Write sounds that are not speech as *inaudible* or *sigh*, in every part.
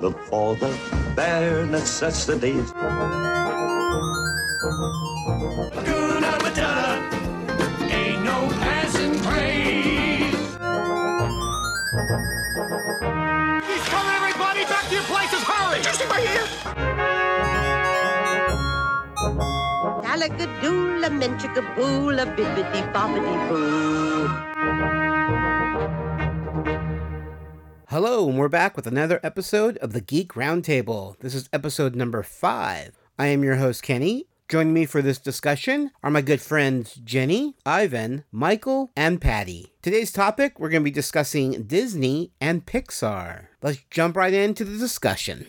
but for the bare necessities. Hakuna Matata. Ain't no passing praise. He's coming, everybody. Back to your places. Hurry. Just right here. Alligadoola, menchikaboola, bibbidi bobbidi boo. Hello, and we're back with another episode of the Geek Roundtable. This is episode number five. I am your host, Kenny. Joining me for this discussion are my good friends Jenny, Ivan, Michael, and Patty. Today's topic, we're going to be discussing Disney and Pixar. Let's jump right into the discussion.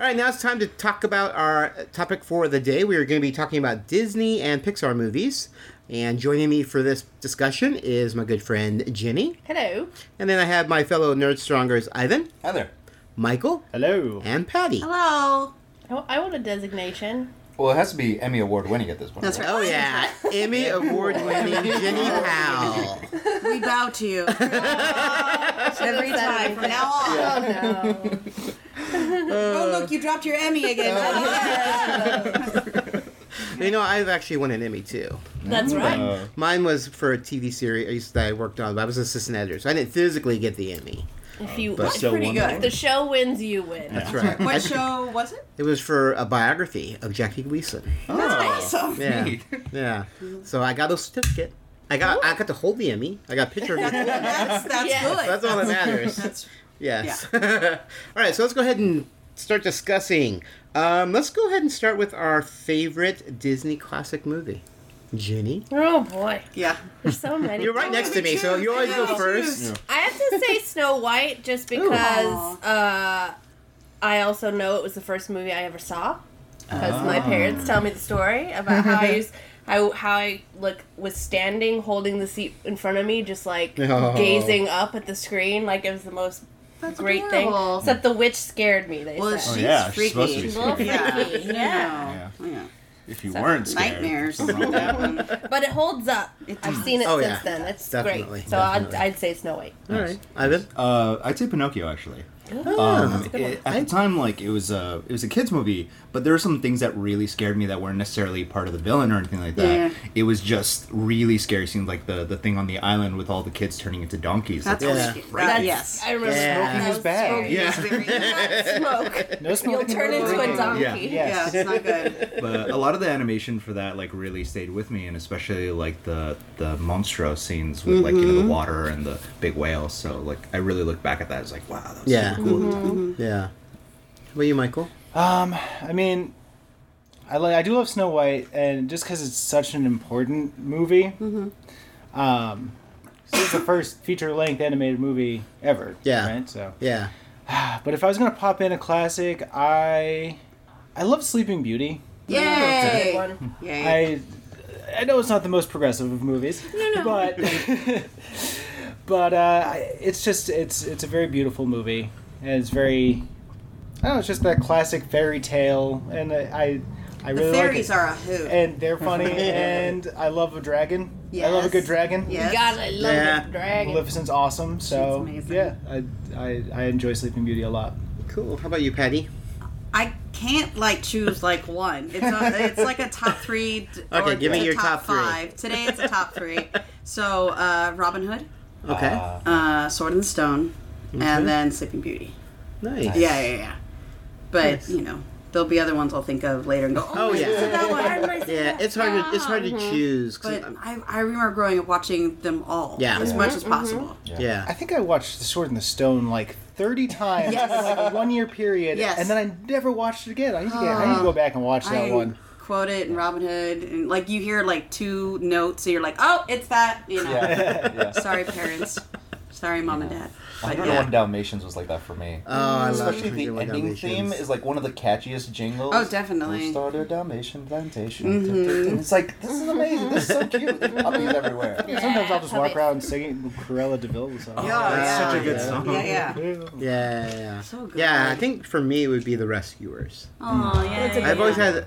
All right, now it's time to talk about our topic for the day. We are going to be talking about Disney and Pixar movies. And joining me for this discussion is my good friend Jenny. Hello. And then I have my fellow Nerd Strongers Ivan, Hi there. Michael, Hello. and Patty. Hello. I, I want a designation. Well, it has to be Emmy Award winning at this point. That's right. Oh, yeah. *laughs* Emmy award *laughs* winning Jenny Powell. We bow *laughs* to you. Every time from now on. Oh *laughs* no. Oh, look, you dropped your *laughs* Emmy again. You know, I've actually won an Emmy too. That's right. Mine was for a TV series that I worked on, but I was assistant editor, so I didn't physically get the Emmy. If you But if So pretty wonderful. the show wins, you win. That's right. what show was it? It was for a biography of Jackie Gleason. Oh. *laughs* Awesome. Yeah, yeah. So I got a certificate. I got I got to hold the Emmy. I got a picture of *laughs* it. That's, that's Yes. good. That's all that matters. That's- Yes. *laughs* all right. So let's go ahead and start discussing. Um, let's go ahead and start with our favorite Disney classic movie. Ginny, Oh boy, yeah. there's so many. you're right next to me, so you always go first. I have to *laughs* say Snow White just because uh, I also know it was the first movie I ever saw because Ah. my parents tell me the story about how *laughs* I used. How, how I like was standing holding the seat in front of me, just like Oh. gazing up at the screen, like it was the most That's great adorable. thing. Except the witch scared me. They Well, said. she's Oh, yeah, freaky. she's supposed to be Little freaky. freaky, You know, Oh, yeah. yeah. If you Except weren't scared. Nightmares. something wrong. that one. But it holds up. I've seen it Oh, since yeah. then. It's Definitely, great. So I'd, definitely. I'd say Snow White. All right, Ivan. *laughs* Uh, I'd say Pinocchio actually. Oh, Um, it- at the time, like it was a it was a kids movie, but there were some things that really scared me that weren't necessarily part of the villain or anything like that. Yeah. It was just really scary scenes, like the the thing on the island with all the kids turning into donkeys. That's Like, Yeah. freaky. Right. That- That's- yes. I remember Yeah. that. Smoking was bad. Yeah. *laughs* Smoke. No You'll turn into a donkey. Yeah. Yeah, it's not *laughs* good. but a lot of the animation for that like really stayed with me, and especially like the the monstro scenes with like you know Mm-hmm. the water and the big whale. So like I really look back at that as like wow, that was Yeah. Mm-hmm. super cool. at the time. Yeah. How about you, Michael? Um, I mean, I like I do love Snow White, and just because it's such an important movie, um, so it's the first feature-length animated movie ever. Yeah. Right. So, Yeah. but if I was gonna pop in a classic, I I love Sleeping Beauty. Good Yay. one. Yay. I I know it's not the most progressive of movies, *laughs* but but uh, I- it's just it's it's a very beautiful movie, and it's very I don't know, it's just that classic fairy tale, and I I, I The really fairies like it. are a *laughs* hoot. and they're *laughs* funny, and I love a dragon. I love a good Yes. dragon. Yes. God, I love Yeah. the dragon. Maleficent's awesome, so She's amazing. yeah, I, I I enjoy Sleeping Beauty a lot. Cool. How about you, Patty? I can't like choose like one. It's a, it's like a *laughs* top three. d- Okay, or give me it's a your top three. five. Today it's a top three. So uh, Robin Hood, Okay. uh, Sword in the Stone, and then Sleeping Beauty. nice. Yeah, yeah, yeah. But you know, there'll be other ones I'll think of later and go. Oh, Oh *laughs* yeah. that one. Yeah. It's hard to it's hard to choose. 'cause "Oh, But I'm- I, I remember growing up watching them all Yeah. as much as possible. yeah. I think I watched The Sword and the Stone like thirty times Yes. in like a one year period, Yes. and then I never watched it again. I need to get, I need to go back and watch that I one. quote it in Robin Hood, and like you hear like two notes, so you're like, oh, it's that. *laughs* You know. Yeah. yeah. Sorry, parents. Sorry, mom and dad. But, 101 Dalmatians was like that for me. Oh, I love Especially the 21 ending theme Dalmatians. is like one of the catchiest jingles. Oh, definitely. We started a Dalmatian plantation. Mm-hmm. And it's like, this is amazing. This is so cute. There's puppies everywhere. Sometimes I'll just Have walk it. around singing Cruella Deville song. Yeah, Oh, yeah. Such a good song. Yeah, yeah. Yeah, yeah, yeah. So good. Yeah, I think for me it would be the Rescuers. Oh, yeah. I've always had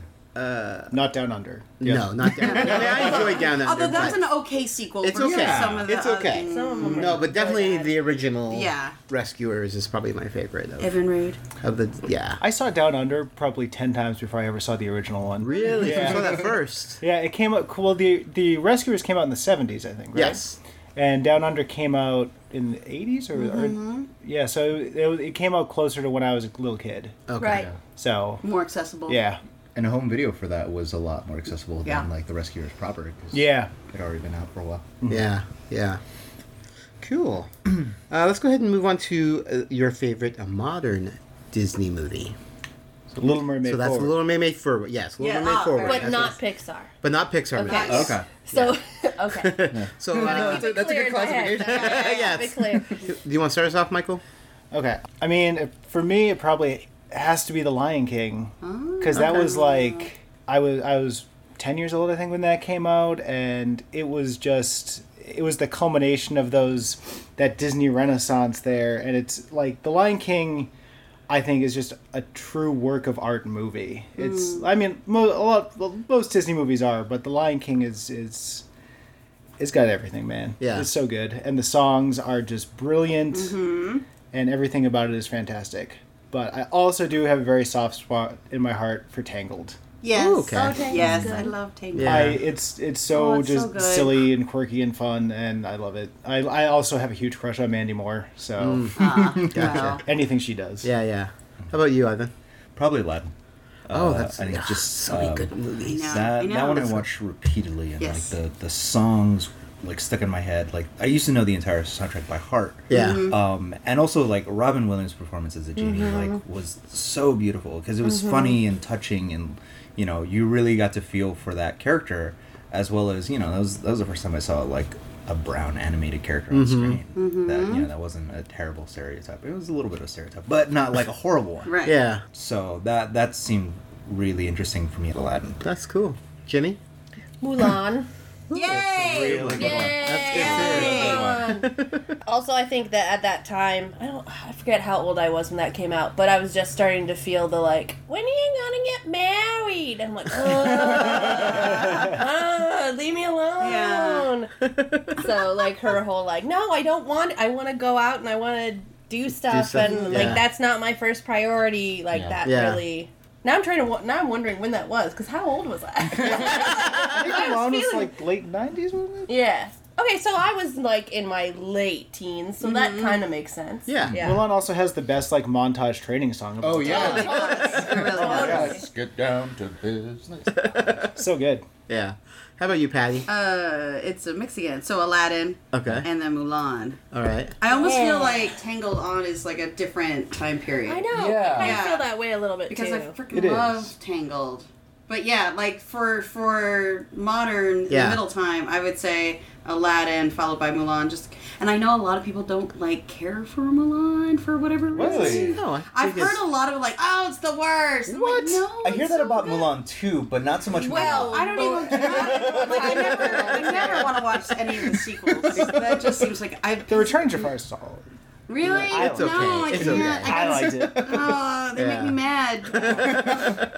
Not Down Under. Yeah. uh, No, not *laughs* Down Under. I, mean, I enjoyed Down Under. Although that's but an okay sequel It's versus okay. some of the It's okay. other- No, but definitely the original Yeah. Rescuers is probably my favorite of, Evan Rude. of the. Yeah. I saw Down Under probably ten times before I ever saw the original one. Really? Yeah. You saw that first? Yeah, it came out. Well, the the Rescuers came out in the seventies, I think. Right? Yes. And Down Under came out in the eighties, or, Mm-hmm. or yeah. So it, was- it came out closer to when I was a little kid. Okay. Right. So More accessible. yeah, And home video for that was a lot more accessible than Yeah. like the Rescuers proper. 'cause yeah. it had already been out for a while. Yeah. Yeah. Cool. *clears throat* uh, let's go ahead and move on to uh, your favorite uh, modern Disney movie. So Little Mermaid. so that's forward. Little Mermaid Forward. Yes, Little Yeah, Mermaid ah, Forward. right. But That's not what- Pixar. but not Pixar. Okay. movies. Okay. So, *laughs* *laughs* okay. So *laughs* uh, Be that's a clear good in my head. classification. *laughs* Be yes. clear. Do you want to start us off, Michael? Okay. I mean, it- for me, it probably has to be The Lion King because that was like I was I was ten years old, I think, when that came out, and it was just it was the culmination of those that Disney Renaissance there, and it's like The Lion King. I think is just a true work of art movie. It's Hmm. I mean mo- a lot well, most Disney movies are, but The Lion King is is it's got everything, man. Yeah. it's so good, and the songs are just brilliant, Mm-hmm. and everything about it is fantastic. But I also do have a very soft spot in my heart for Tangled. Yes. Ooh, okay. Oh, Tangled's yes, good. I love Tangled. Yeah. I it's it's so Oh, it's so just good. silly and quirky and fun, and I love it. I I also have a huge crush on Mandy Moore, so Ah. Wow. anything she does. Mm. Yeah, yeah. How about you, Ivan? Probably Aladdin. Oh, Uh, that's and it's just *sighs* so many um, good movies. I know, That, I know. that one I That's- watched repeatedly, and Yes. like the the songs like stuck in my head. Like I used to know the entire soundtrack by heart. Yeah. Mm-hmm. Mm-hmm. Um, and also like Robin Williams' performance as a genie like was so beautiful because it was Mm-hmm. funny and touching, and you know you really got to feel for that character as well as you know that was that was the first time I saw like a brown animated character on screen. Mm-hmm. That you know that wasn't a terrible stereotype. It was a little bit of a stereotype, but not like a horrible one. Right. Yeah, So that that seemed really interesting for me, Aladdin. that's cool. *laughs* Jimmy? *laughs* Mulan. Yay! Yay! *laughs* also, I think that at that time, I don't, I forget how old I was when that came out, but I was just starting to feel the like, when are you gonna get married? *laughs* I'm like, "Ugh, ugh, leave me alone. so like her whole like, no, I don't want. I want to go out and I want to do stuff, stuff, and yeah. like that's not my first priority. Like that Yeah. really. Now I'm trying to. wa- Now I'm wondering when that was, because how old was I? I think I was Mulan was feeling- like late nineties, wasn't it? Yeah. Okay, so I was like in my late teens, so that kind of makes sense. Yeah. Yeah. *laughs* Mulan also has the best like montage training song. Oh, Of all time. Let's get down to business. so good. Yeah. How about you, Patty? Uh, it's a mix again. So Aladdin okay. and then Mulan. All right. I almost Yeah. feel like Tangled on is like a different time period. I know. Yeah. I kind Yeah. of feel that way a little bit because too. I freaking It is. love Tangled. But yeah, like for for modern Yeah. middle time, I would say Aladdin followed by Mulan. Just and I know a lot of people don't like care for Mulan for whatever reason. Really? No, I I've think it's- heard a lot of like, oh, it's the worst. I'm like, What? no, I hear it's that so about good." Mulan too, but not so much. well, I don't even care. like, I never, I *laughs* never want to watch any of the sequels. That just seems like I. The Return to Far Solid. Really? It's no, okay. I It's can't. okay. I, gotta liked *laughs* it. Oh, they Yeah. make me mad. *laughs*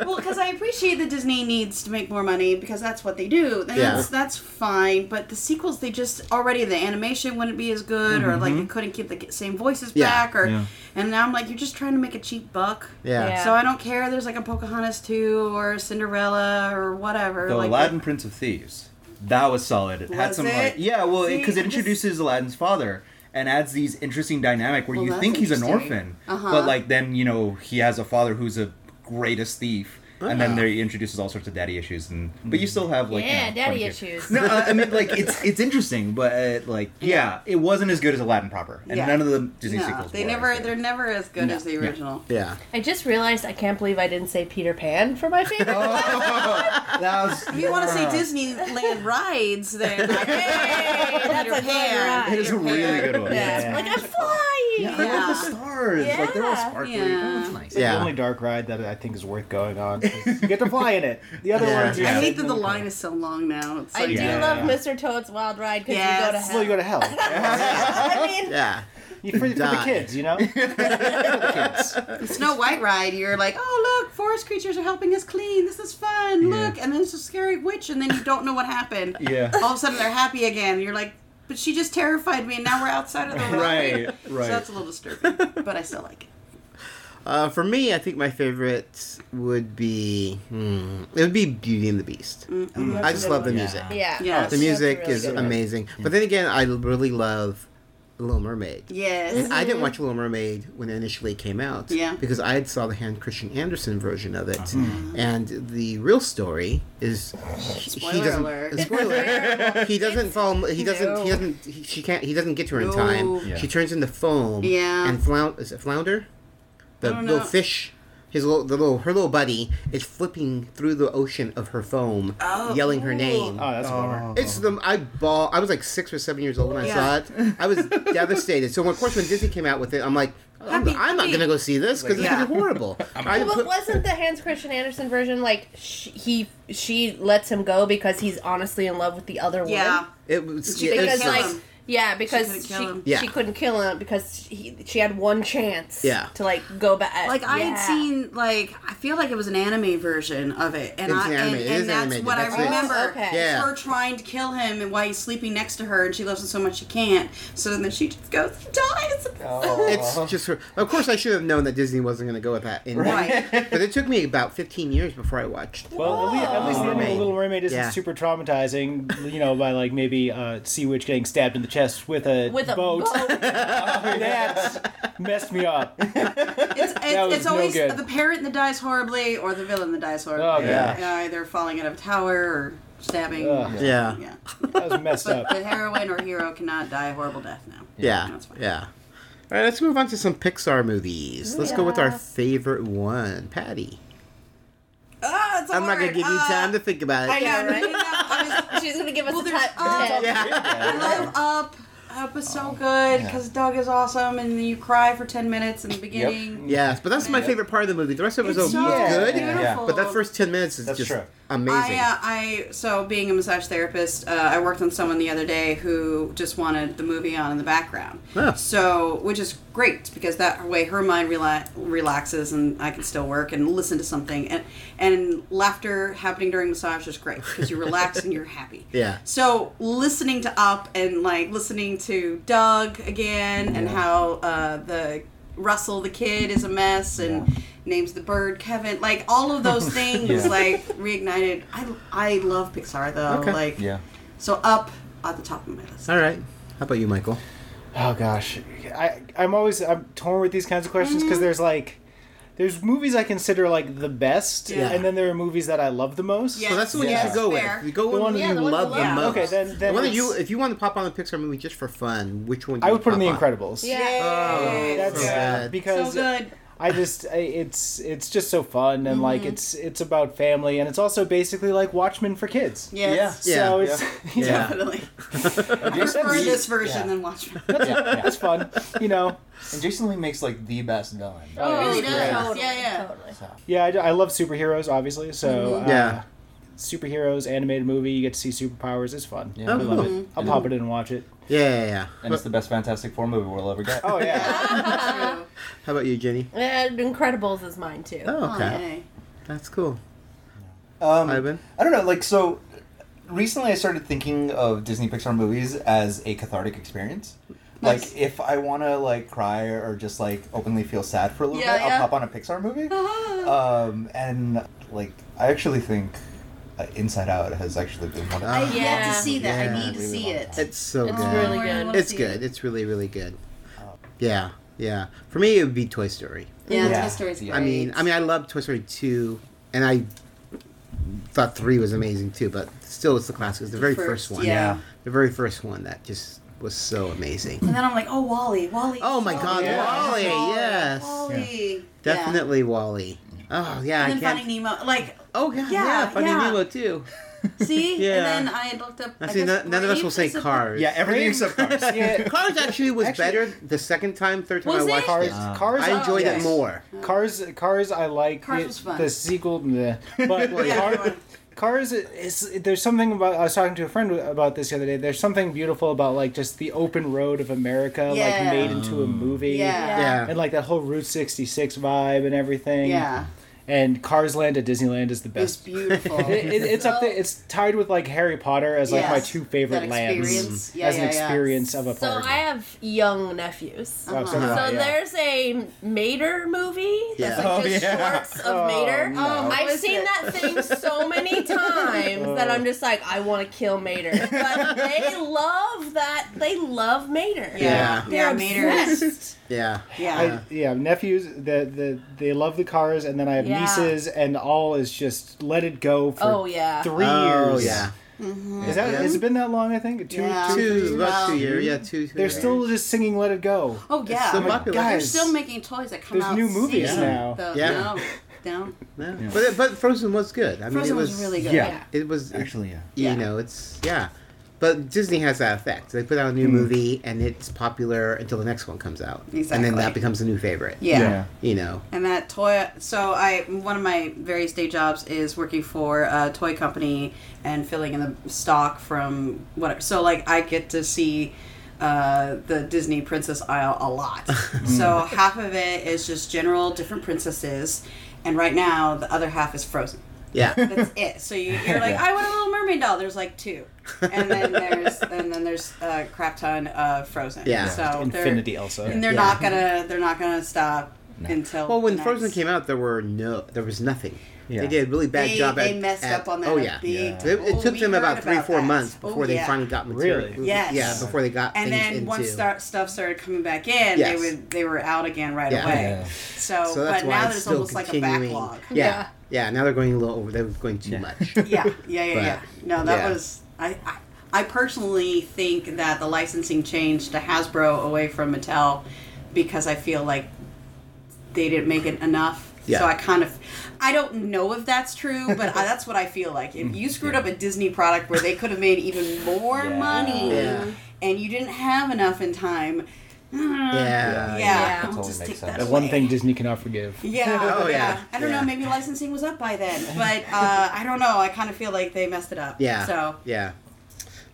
well, because I appreciate that Disney needs to make more money because that's what they do. And That's that's fine. But the sequels, they just already the animation wouldn't be as good, or like they couldn't keep the same voices Yeah. back, or Mm-hmm. Yeah. and now I'm like, you're just trying to make a cheap buck. Yeah. Yeah. So I don't care. There's like a Pocahontas two or Cinderella or whatever. the like Aladdin Prince of Thieves, that was solid. It had Was some it? like yeah, well, See, because it, it just- introduces Aladdin's father and adds these interesting dynamic where Well, you that's think he's an interesting. orphan, Uh-huh. but like then you know he has a father who's a greatest thief. And then there he introduces all sorts of daddy issues, and but you still have like you yeah, know, daddy fun kids. issues. No, I I mean like *laughs* it's it's interesting, but uh, like yeah, it wasn't as good as Aladdin proper, and Yeah. none of the Disney No, sequels. they were as never. good. They're never as good as the original. Yeah. I just realized I can't believe I didn't say Peter Pan for my favorite. *laughs* That *laughs* was- If you want to say Disneyland rides, then like, hey, that's a good ride. It is a really good one. Yeah. Like I'm flying. Yeah, I love the stars. Like they're all Yeah. sparkly. Yeah. That was nice. The only Yeah. dark ride that I think is worth going on. 'cause You get to fly in it. The other *laughs* Yeah. ones, you I Yeah. hate that *laughs* the line is so long now. It's I like, do Yeah. *laughs* love Mr. Toad's Wild Ride because you go to *laughs* Yes. hell. Well, you go to hell. I mean, Yeah. You for, for the Die. kids, *laughs* you know. The Snow White ride, you're like, oh look, forest creatures are helping us clean. This is fun. Look, and then it's a scary witch, and then you don't know what happened. Yeah. All of a sudden they're happy again. and You're like, but she just terrified me, and now we're outside of the ride. Right, *laughs* So right. that's a little disturbing, but I still like it. Uh, for me, I think my favorite would be hmm, it would be Beauty and the Beast. Mm-hmm. Mm, I just love the music. Yeah. Yes. The music That's a really is good one. amazing. But then again, I really love Little Mermaid. Yes. And I didn't watch Little Mermaid when it initially came out. Mm-hmm. Yeah. Because I had saw the hand Christian Andersen version of it, Mm-hmm. and the real story is he- he Spoiler doesn't. *laughs* alert. *laughs* Spoiler. he doesn't fall. He doesn't. No. He doesn't. He, she can't. He doesn't get to her in No. time. Yeah. She turns into foam. Yeah. And flound is it flounder? The don't little know. fish. His little, the little, her little buddy is flipping through the ocean of her foam, yelling her name. Oh, that's a bummer. It's the I ball. I was like six or seven years old when I Yeah. saw it. I was devastated. So of course when Disney came out with it, I'm like, I'm, Happy I'm not feet. gonna go see this because Yeah. it's gonna be *laughs* horrible. I Well, put- but wasn't the Hans Christian Andersen version like sh he she lets him go because he's honestly in love with the other *laughs* Yeah. woman? it was She it couldn't was- Because kill like him. yeah, because couldn't she kill him. Yeah. she couldn't kill him because he, she had one chance Yeah. to like go back. Like I had Yeah. seen, like I feel like it was an anime version of it, and It's I an and, anime. It and is that's animated. what That's I it. remember. Oh, okay. Yeah. Her trying to kill him, and why he's sleeping next to her, and she loves him so much she can't. So then she just goes and dies. Oh. it's just her. Of course I should have known that Disney wasn't gonna go with that. ending. *laughs* Right. *laughs* but it took me about 15 years before I watched. Well, at least, at least the ending of Mermaid. Little Mermaid isn't Yeah. super traumatizing, you know, by like maybe uh, Sea Witch getting stabbed in the chest with a with a boat. boat. *laughs* that messed me up. *laughs* It's, was it's, it's no always good. the parent that dies horribly, or the villain that dies horribly. Oh, Yeah. Yeah, either falling out of a tower or stabbing. Ugh. Yeah. Yeah. That was messed *laughs* But up. the heroine or hero cannot die a horrible death now. Yeah. That's fine. Yeah. All right, let's move on to some Pixar movies. Let's go with our favorite one, Patty. Ah, it's I'm not gonna hard. give you Ah, time to think about it. *laughs* I know, right? right? I was- She's gonna give us Well, a there's, cut. uh, for 10. I *laughs* love Up. Up is Oh. so good because Doug is awesome, and you cry for ten minutes in the beginning. Yes, but that's my favorite part of the movie. The rest of it It's was so was good, beautiful. but that first ten minutes is That's just true. amazing. I, uh, I so being a massage therapist, uh, I worked on someone the other day who just wanted the movie on in the background. Yeah. So, which is great because that way her mind rela- relaxes and I can still work and listen to something and and laughter happening during massage is great because you relax and you're happy. Yeah. So listening to Up and like listening to Doug again and how uh, the Russell the kid is a mess and names the bird Kevin like all *laughs* of those things like reignited. I I love Pixar though Okay. like Yeah. so Up at the top of my list. All right. How about you, Michael? Oh gosh, I I'm always I'm torn with these kinds of questions Mm-hmm. because there's like. There's movies I consider like the best, Yeah. and then there are movies that I love the most. Yeah. So that's the one you Yes, should go fair. with. You go with The the one one that you you love the love. most. Okay, then- The then one that it's- you, if you want to pop on a Pixar movie just for fun, which one? I would put in The pop on? Incredibles. Yeah. Oh, Yay. That's So good. so because good. I just I- it's it's just so fun and Mm-hmm. like it's it's about family and it's also basically like Watchmen for kids. Yes. Yeah. So it's *laughs* you know, Yeah. Definitely. *laughs* I Jason prefer Lee- this version yeah. than Watchmen. Yeah, yeah. it's fun, you know. And Jason Lee makes like the best villain. Oh, really does. yeah. Yeah, Totally, yeah. Totally. Yeah, I, do- I love superheroes obviously. So Mm-hmm. uh, Yeah. superheroes animated movie you get to see superpowers. It's fun. Yeah. I love Oh, cool. Mm-hmm. it. I'll pop it in and watch it. Yeah, yeah, yeah. And it's the best Fantastic Four movie we'll ever get. Oh yeah. *laughs* True. How about you, Jenny? Yeah, Uh, Incredibles is mine too. Oh, okay. Okay. That's cool. Um, Ivan? I don't know. Like so, recently I started thinking of Disney Pixar movies as a cathartic experience. Like if I want to like cry or just like openly feel sad for a little Yeah, bit, yeah. Uh-huh. I'll pop on a Pixar *laughs* movie. um, and like I actually think uh, Inside Out has actually been one of I I Uh, need yeah. to see that. Yeah. I need to Really see want it. that. It's so It's good. really I good. wanna it's see good. it. It's really, really good. Oh. Yeah, yeah. For me, it would be Toy Story. Yeah, Yeah. Toy Story's great. Yeah. I mean, I mean, I love Toy Story two, and I thought three was amazing too. But still, it's the classic. It's the very first, first, one. yeah. the very first one that just was so amazing. And then I'm like, oh, Wally, Wally. Oh my God, Wally, yes. Wally. Yeah. Definitely Wally. Oh yeah, And I then can't. Finding Nemo. Like, oh yeah, yeah, Yeah, Finding yeah. Nemo too. see? Yeah. And then I looked up. I Now, see, guess none, none of us Brave will say is a- Cars. Yeah, everything except Cars. *laughs* yeah. Cars actually was Actually- better the second time, third time Was Oh. I watched Cars, *laughs* it. cars, I enjoyed it yes. more. Cars, Cars, I like Cars the- was fun. the sequel, meh. but *laughs* Yeah, Car- everyone. Cars is there's something about I was talking to a friend about this the other day. There's something beautiful about like just the open road of America, Yeah. like made into a movie, Yeah. Yeah. and like that whole Route 66 vibe and everything. Yeah. And Cars Land at Disneyland is the It's best. beautiful. It, it- it's up there. It's tied with like Harry Potter as like my Yes, two favorite that lands experience. Yeah, as an yeah, yeah. experience of a So park. I have young nephews. Oh, so Uh-huh. do I, So yeah. there's a Mater movie that's Yeah. like Oh, just yeah. shorts of Mater. Um, no. I've is seen it? that thing so many times that I'm just like, I want to kill Mater. But they love that. They love Mater. Yeah. They're Yeah, Mater is- obsessed. Yeah. Yeah. I, yeah, nephews. The, the they love the cars, and then I have Yeah. nieces, and all is just let it go for Oh yeah. three Oh, years. yeah. Is that? Yeah. Has it been that long? I think two. Yeah. two Two, about Um, Well, two years. Yeah, two. two Mm-hmm. they're years. still just singing "Let It Go." oh yeah. so Like, popular. They're guys. still making toys that come There's out. new movies season. now. The- Yeah. No. No. Yeah. But but Frozen was good. I mean, Frozen it was, was, really good. yeah. It was Actually, yeah. you Yeah. know, it's yeah. But Disney has that effect. They put out a new movie and it's popular until the next one comes out, and then Exactly. that becomes a new favorite. Yeah. You know. And that toy. So I, one of my various day jobs is working for a toy company and filling in the stock from whatever. So like I get to see uh, the Disney princess aisle a lot. so half of it is just general different princesses, and right now the other half is Frozen. Yeah. *laughs* That's it. So you, you're like, I want a Little Mermaid doll. There's like two, and then there's and then there's a crap ton of Frozen. Yeah. So Infinity They're, Elsa. and they're Yeah. not gonna they're not gonna stop until. well, when next- Frozen came out, there were no, there was nothing. Yeah. They did a really bad they, job. they at, messed at- up on that. Oh yeah. big Yeah. It, it Oh, took we them heard about three, four that. months Oh, before they yeah. finally got material. Really? Yes. Yeah, before they got And things then into. once that stuff started coming back in, Yes. they would they were out again right Yeah. away. Yeah. So, so that's but why now it's there's still almost continuing. like a backlog. Yeah. yeah, Now they're going a little over. They're going too much. yeah, yeah, yeah, But- yeah. No, that yeah. was I, I. I personally think that the licensing change to Hasbro away from Mattel because I feel like they didn't make it enough. Yeah. So I kind of, I don't know if that's true, but I, that's what I feel like. If you screwed up a Disney product where they could have made even more Yeah. money Yeah. and you didn't have enough in time, Yeah. Uh, yeah, yeah. we'll Totally just makes take sense. that The one away. thing Disney cannot forgive. Yeah. Oh, yeah. yeah. I don't Yeah. know. Maybe licensing was up by then, but uh, I don't know. I kind of feel like they messed it up. Yeah. So yeah.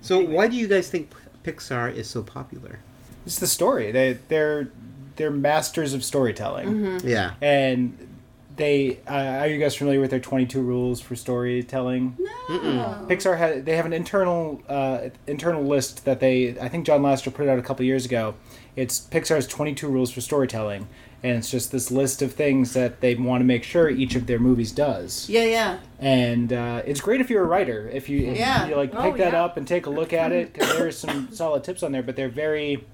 So why do you guys think Pixar is so popular? It's the story. They they're they're masters of storytelling, Mm-hmm. Yeah. and they uh, are you guys familiar with their 22 rules for storytelling? Oh. Pixar had they have an internal uh, internal list that they I think John Lasseter put it out a couple years ago. It's Pixar's 22 rules for storytelling, and it's just this list of things that they want to make sure each of their movies does. yeah, yeah, And uh, it's great if you're a writer, if you if Yeah. you like pick Oh, that yeah. up and take a look at it because there are *laughs* some solid tips on there. But they're very,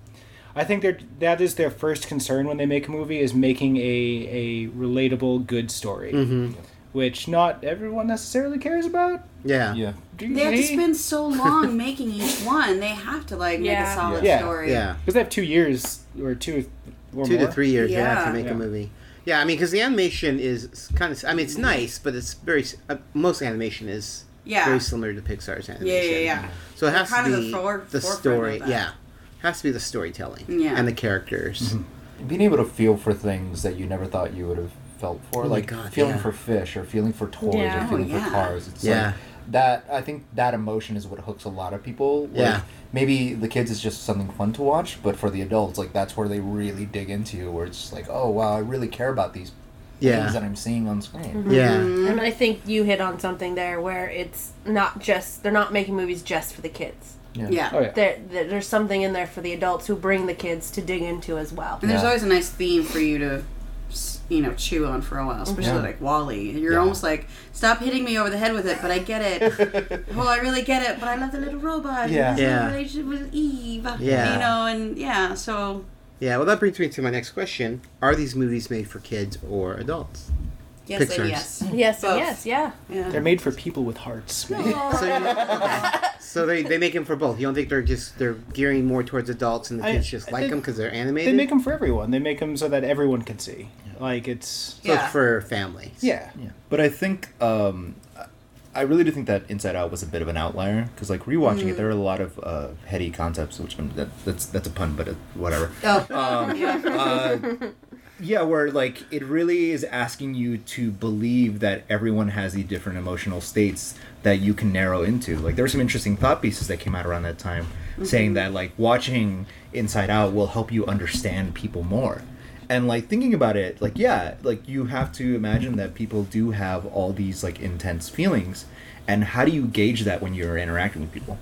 I think they're that is their first concern when they make a movie is making a a relatable good story, Mm-hmm. which not everyone necessarily cares about. Yeah. Yeah. They have to spend *laughs* so long making each one. They have to like make Yeah. a solid Yeah. story. Yeah. Because they have two years or two or Two more. to three years yeah. to Yeah. make Yeah. a movie. Yeah, I mean, because the animation is kind of. I mean, Mm-hmm. it's nice, but it's very. s- Uh, most animation is Yeah. very similar to Pixar's animation. Yeah, yeah, yeah. So it has kind to of the be fore- the forefront story. of that. Yeah, has to be the storytelling. Yeah. and the characters. Mm-hmm. Being able to feel for things that you never thought you would have felt for, Oh my like God, feeling yeah. for fish or feeling for toys Yeah. or feeling Oh, yeah. for cars. It's Yeah. like that I think that emotion is what hooks a lot of people. Like, Yeah. Maybe the kids it's just something fun to watch, but for the adults, like that's where they really dig into, where it's just like, oh wow, I really care about these Yeah. things that I'm seeing on screen. Mm-hmm. Yeah, And I think you hit on something there where it's not just they're not making movies just for the kids. Yeah. Oh yeah. There, there- there's something in there for the adults who bring the kids to dig into as well. And there's Yeah. always a nice theme for you to, s- you know, chew on for a while, especially Yeah. like Wally. You're Yeah. almost like, stop hitting me over the head with it, but I get it. well, I really get it, but I love the little robot. Yeah. And his Yeah. Relationship with Eve. Yeah. You know, and yeah, so yeah. Well, that brings me to my next question: Are these movies made for kids or adults? yes and Pictures. yes. Yes, Both. yes, yeah. They're Yeah. made for people with hearts. So, you- okay. *laughs* so they, they make them for both. You don't think they're just they're gearing more towards adults, and the I- kids just I like think them because they're They animated. make them for everyone. They make them so that everyone can see. Like it's So it's Yeah. for families. yeah. Yeah. But I think um, I really do think that Inside Out was a bit of an outlier because, like, rewatching Mm. it, there are a lot of uh, *laughs* heady concepts, which um, that, that's that's a pun, but it, whatever. Oh. Um, uh, yeah, where like it really is asking you to believe that everyone has the different emotional states that you can narrow into. Like there were some interesting thought pieces that came out around that time, saying that like watching Inside Out will help you understand people more. And like thinking about it, like yeah, like you have to imagine that people do have all these like intense feelings, and how do you gauge that when you're interacting with people?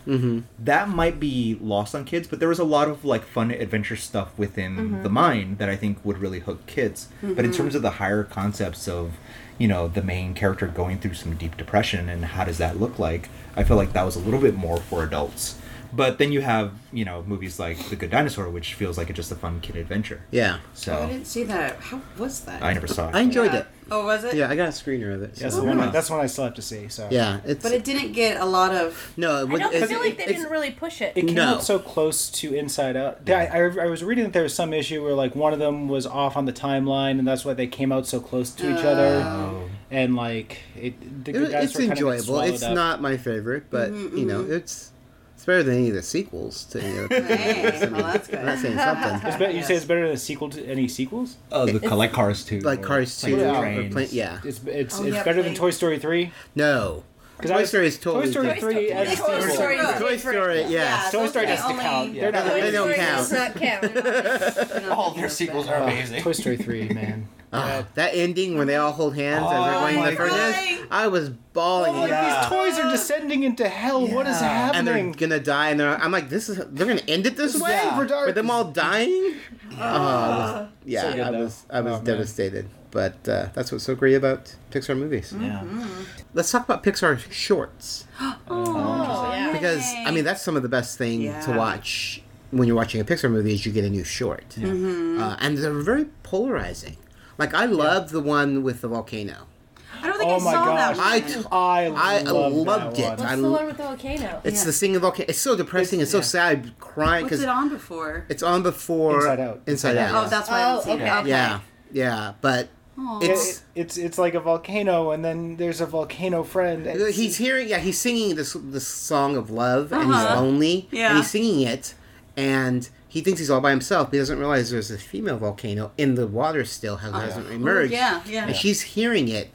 that might be lost on kids, but there was a lot of like fun adventure stuff within the mind that I think would really hook kids. But in terms of the higher concepts of, you know, the main character going through some deep depression and how does that look like, I feel like that was a little bit more for adults. But then you have, you know, movies like The Good Dinosaur, which feels like it's just a fun kid adventure. Yeah. I So didn't see that. How was that? I never saw it. I enjoyed Yeah. it. Oh, was it? Yeah, I got a screener of it. so- Oh, That's the one. I, that's one I still have to see. So Yeah, it's But it didn't get a lot of. no. It, I don't it's- feel like they it's- didn't really push it. It came No. out so close to Inside Out. I, I, I was reading that there was some issue where like one of them was off on the timeline, and that's why they came out so close to each other. And like it, the good Oh. it- guys it's were kind of enjoyable. swallowed It's up. not my favorite, but you know, it's it's better than any of the sequels to any of the Hey, well, that's I'm not good. saying something. It's bet- you say it's better than a sequel to any sequels. Oh, the like Cars too. Like or Cars Planes, 2 or Trains. Plane- yeah. It's it's, Oh, it's yeah, better than Plane. Toy Story three. No. Toy I- Story is totally Toy Story different. three as a Toy sequel. Story. Story. Toy Story, yeah. Toy Story those doesn't are the count. only- They're not Toy They don't Story count. does not *laughs* count. All their sequels are. Toy Story *laughs* three, man. Oh, that ending when they all hold hands as they're going to the Ah. Oh my furnace, God. Oh I was bawling. Like these toys are descending into hell. What is and they're happening? gonna die, and they're, I'm like, this is they're gonna end it this way Yeah. with them all dying. Oh, I Ah. was- yeah, So good, I though. was I was Oh, man. devastated, but uh, that's what's so great about Pixar movies. Mm-hmm. Yeah. Let's talk about Pixar *gasps* shorts Oh, yeah. because I mean that's some of the best thing to Yeah. watch when you're watching a Pixar movie is you get a new short, Mm-hmm. uh, and they're very polarizing. Like I love the one with the volcano. I don't think Oh I my saw gosh. that one. I t- I I love loved that it. one. What's I the l- one with the volcano? It's the singing volcano. It's so depressing. It's, so yeah. sad. I'm crying What's because it on before? it's on before Inside Out. Inside Out. Oh, that's why I haven't Oh, seen it. okay. Okay. Yeah, yeah, but It- it's it's it's like a volcano, and then there's a volcano friend. and it's- he's hearing yeah he's singing this this song of love and he's Uh-huh. lonely and Yeah. he's singing it and he thinks he's all by himself but he doesn't realize there's a female volcano in the water still who hasn't emerged Uh-huh. yeah, yeah. and she's hearing it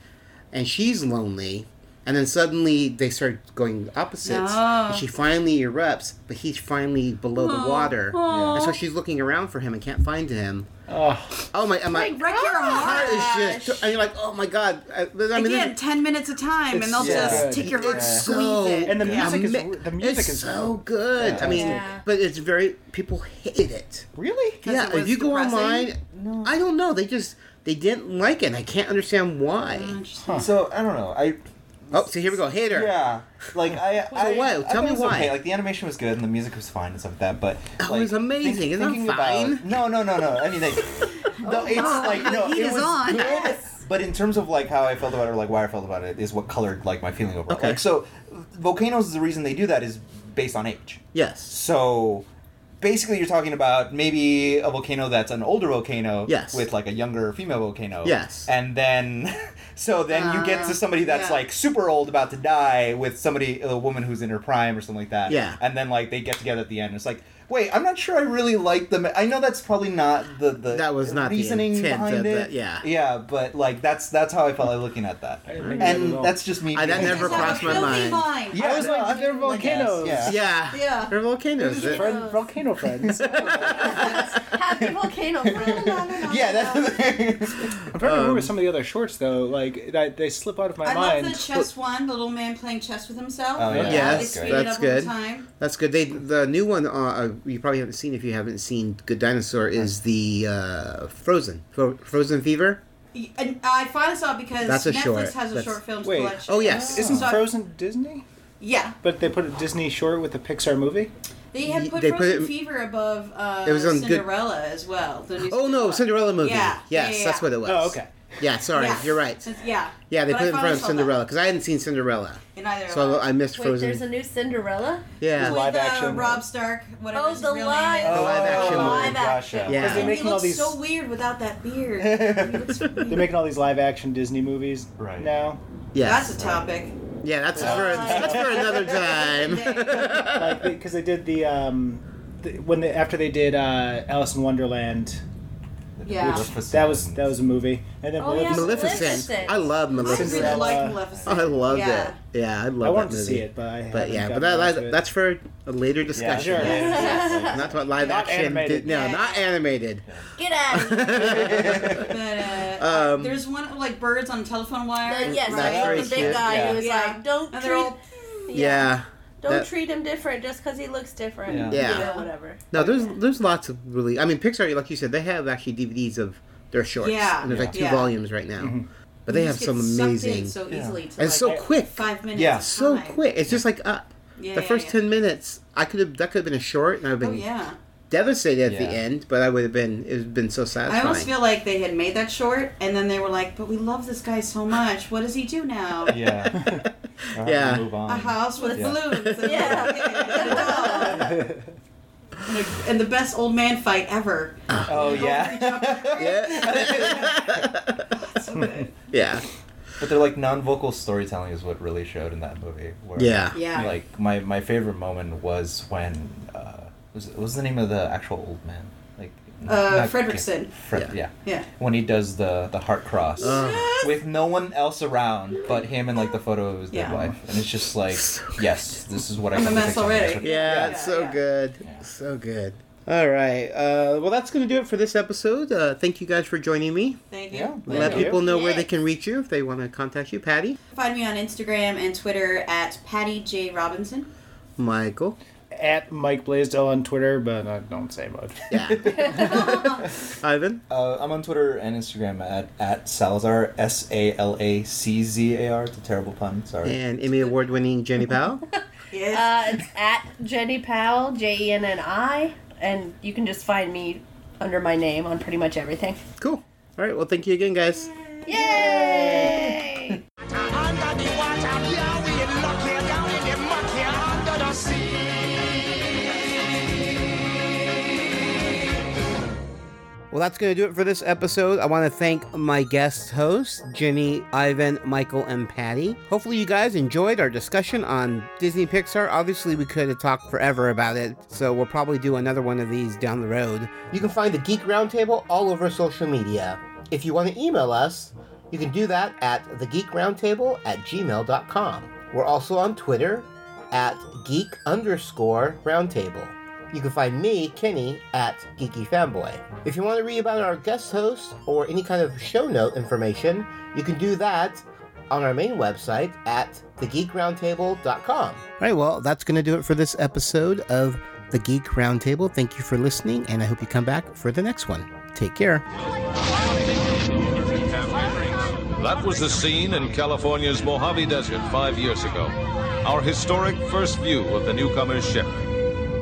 and she's lonely and then suddenly they start going opposites Oh. and she finally erupts but he's finally below the water and so she's looking around for him and can't find him Ugh. oh my and my Wreck your heart is heart. just and you're like oh my god I, I mean this- Again, ten minutes a time, and they'll yeah. just good. take your heart and It's squeeze so- it. and the Yeah. music Ama- is the music it's is so good. I mean, Yeah. but it's very people hated it. really. Yeah, it if was you go depressing? online, I don't know. They just they didn't like it. and I can't understand Oh, why. Mm. So I don't know. I Oh, so here we go, hater. Yeah, like *laughs* I. So I, why? I Tell thought me it was why. Okay. Like the animation was good and the music was fine and stuff like that, but That like, was amazing. Isn't that thinking fine? Oh About, no, no, no, no. I mean, *laughs* like, no, it's like no. He it is was on. good, But in terms of like how I felt about it, or like why I felt about it, is what colored like my feeling over. it. Okay. Like so, volcanoes. The reason they do that is based on age. Yes. So basically, you're talking about maybe a volcano that's an older volcano Yes. with like a younger female volcano. Yes. And then, *laughs* so then you get to somebody that's yeah. like super old about to die with somebody, a woman who's in her prime or something like that. Yeah. And then like they get together at the end. It's like, wait, I'm not sure I really like them. I know that's probably not the, the That was not the reasoning intent behind of it. that, yeah. Yeah, but like that's that's how I felt like looking at that. didn't think of it at all. And that's just me. I- that being- never Have a crossed my filthy mind. mind. Yeah, I was no, like, I they're guess, volcanoes. yeah. Yeah. Yeah. They're volcanoes. They're- Friend, *laughs* *laughs* volcano friends. Happy *laughs* volcano friend. Yeah, *laughs* that's I'm trying to Um, remember some of the other shorts though. Like that, they slip out of my I love mind. the chess one, the little man playing chess with himself. Oh, yeah. Yes, They speed that's it up good. Over time. That's good. They the new one uh, uh, you probably haven't seen if you haven't seen Good Dinosaur is the uh, Frozen Fro- Frozen Fever. And I finally saw it because That's a Netflix short. has a That's- short films Wait. collection. Oh, yes. Isn't So I- Frozen Disney? Yeah, But they put a Disney short with a Pixar movie. they had put They put Frozen it- Fever above uh, It was on good- Cinderella as well. the new Oh no, Cinderella movie. Yeah. Yes, Yeah, yeah, that's yeah. what it was. Oh, okay. Yeah, sorry, Yeah. you're right. Since- Yeah. Yeah, they But put I it in front finally of saw Cinderella because I hadn't seen Cinderella, that. And either so of us. I missed Wait, there's Frozen. a new Cinderella? yeah, Live with, uh, action. Rob Stark, whatever Oh, his the real live, name is. The live action the one. live action. Gotcha. yeah. They're And he making all looks these. so weird without *laughs* that beard. He looks weird. They're making all these live action Disney movies Right. now. yeah, That's a topic. yeah. That's for that's for another time. *laughs* Like because they did the um, the, when they after they did uh, Alice in Wonderland. Yeah. Maleficent. That was that was a movie, and then Oh, yeah. Maleficent- Maleficent. Maleficent. I love I Maleficent. really like Cinderella. *laughs* Maleficent. I loved yeah. *laughs* it. Yeah, I love I that wanted movie. to see it, but But I haven't yeah, but gotten that, around that- to it. that's for a later discussion. sure. *laughs* Yeah. Get Not about live Not action. animated. No, not *laughs* animated. out of *laughs* here. But, uh, Um, there's one like birds on a telephone wire. The- yes, That's I very love the big cute. guy who was Yeah. like, don't And treat, they're all- yeah. don't that- treat him different just because he looks different. Yeah. Yeah. You know, whatever. No, there's there's lots of really. I mean, Pixar, like you said, they have actually DVDs of their shorts. Yeah. And there's like two Yeah. volumes right now. Mm-hmm. But they You have just some get sucked in amazing. so easily to, and like, so quick. five minutes. Yeah. of So time. quick. It's just like up. Yeah, the yeah, first yeah. ten minutes, I could have that could have been a short, and I've Oh been yeah. devastated at the Yeah. end. But I would have been. It's been so satisfying. I almost feel like they had made that short, and then they were like, "But we love this guy so much. What does he do now? *laughs* Yeah. All right, Yeah. we'll Move on. A house with Yeah. *laughs* balloons. And Yeah. and, *laughs* and the best old man fight ever. *laughs* Oh yeah. Yeah. yeah. but they're like non-vocal storytelling is what really showed in that movie. Where, Yeah. Yeah. Like my my favorite moment was when uh, was what was the name of the actual old man like. Uh, Fredrickson. Fred, yeah. Yeah. When he does the the heart cross Uh. with no one else around but him and like the photo of his dead Yeah. wife, and it's just like, yes, this is what I. I'm a come to mess Pixar. already. That's what- Yeah, it's so yeah. good. So good. All right. Uh, well, that's going to do it for this episode. Uh, thank you guys for joining me. Thank you. Yeah. Let yeah. people know where they Yes. can reach you if they want to contact you. Patty, Find me on Instagram and Twitter at Patty J Robinson. Michael. *laughs* at Mike Blaisdell on Twitter, but I don't say much. Yeah. *laughs* Ivan. Uh, I'm on Twitter and Instagram at, at Salazar, S A L A C Z A R. It's a terrible pun, sorry. And Emmy Award winning Jenny Powell. Yes. Uh, it's at Jenny Powell, J E N N I, and you can just find me under my name on pretty much everything. Cool. All right. Well, thank you again, guys. Yay! Under the water, yeah, we luck here, down in the muck here, under the sea. Well, that's going to do it for this episode. I want to thank my guest hosts, Jenny, Ivan, Michael, and Patty. Hopefully, you guys enjoyed our discussion on Disney Pixar. Obviously, we could have talked forever about it, so we'll probably do another one of these down the road. You can find the Geek Roundtable all over social media. If you want to email us, you can do that at thegeekroundtable at gmail.com. We're also on Twitter at geek underscore roundtable. You can find me, Kenny, at Geeky Fanboy. If you want to read about our guest host or any kind of show note information, you can do that on our main website at thegeekroundtable.com. All right, well, that's going to do it for this episode of The Geek Roundtable. Thank you for listening, and I hope you come back for the next one. Take care. That was the scene in California's Mojave Desert five years ago. Our historic first view of the newcomer's ship.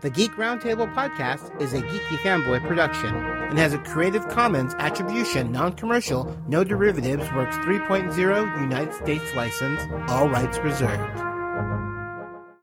The Geek Roundtable podcast is a geeky fanboy production and has a Creative Commons Attribution, Non Commercial, No Derivatives Works 3.0 United States license, all rights reserved.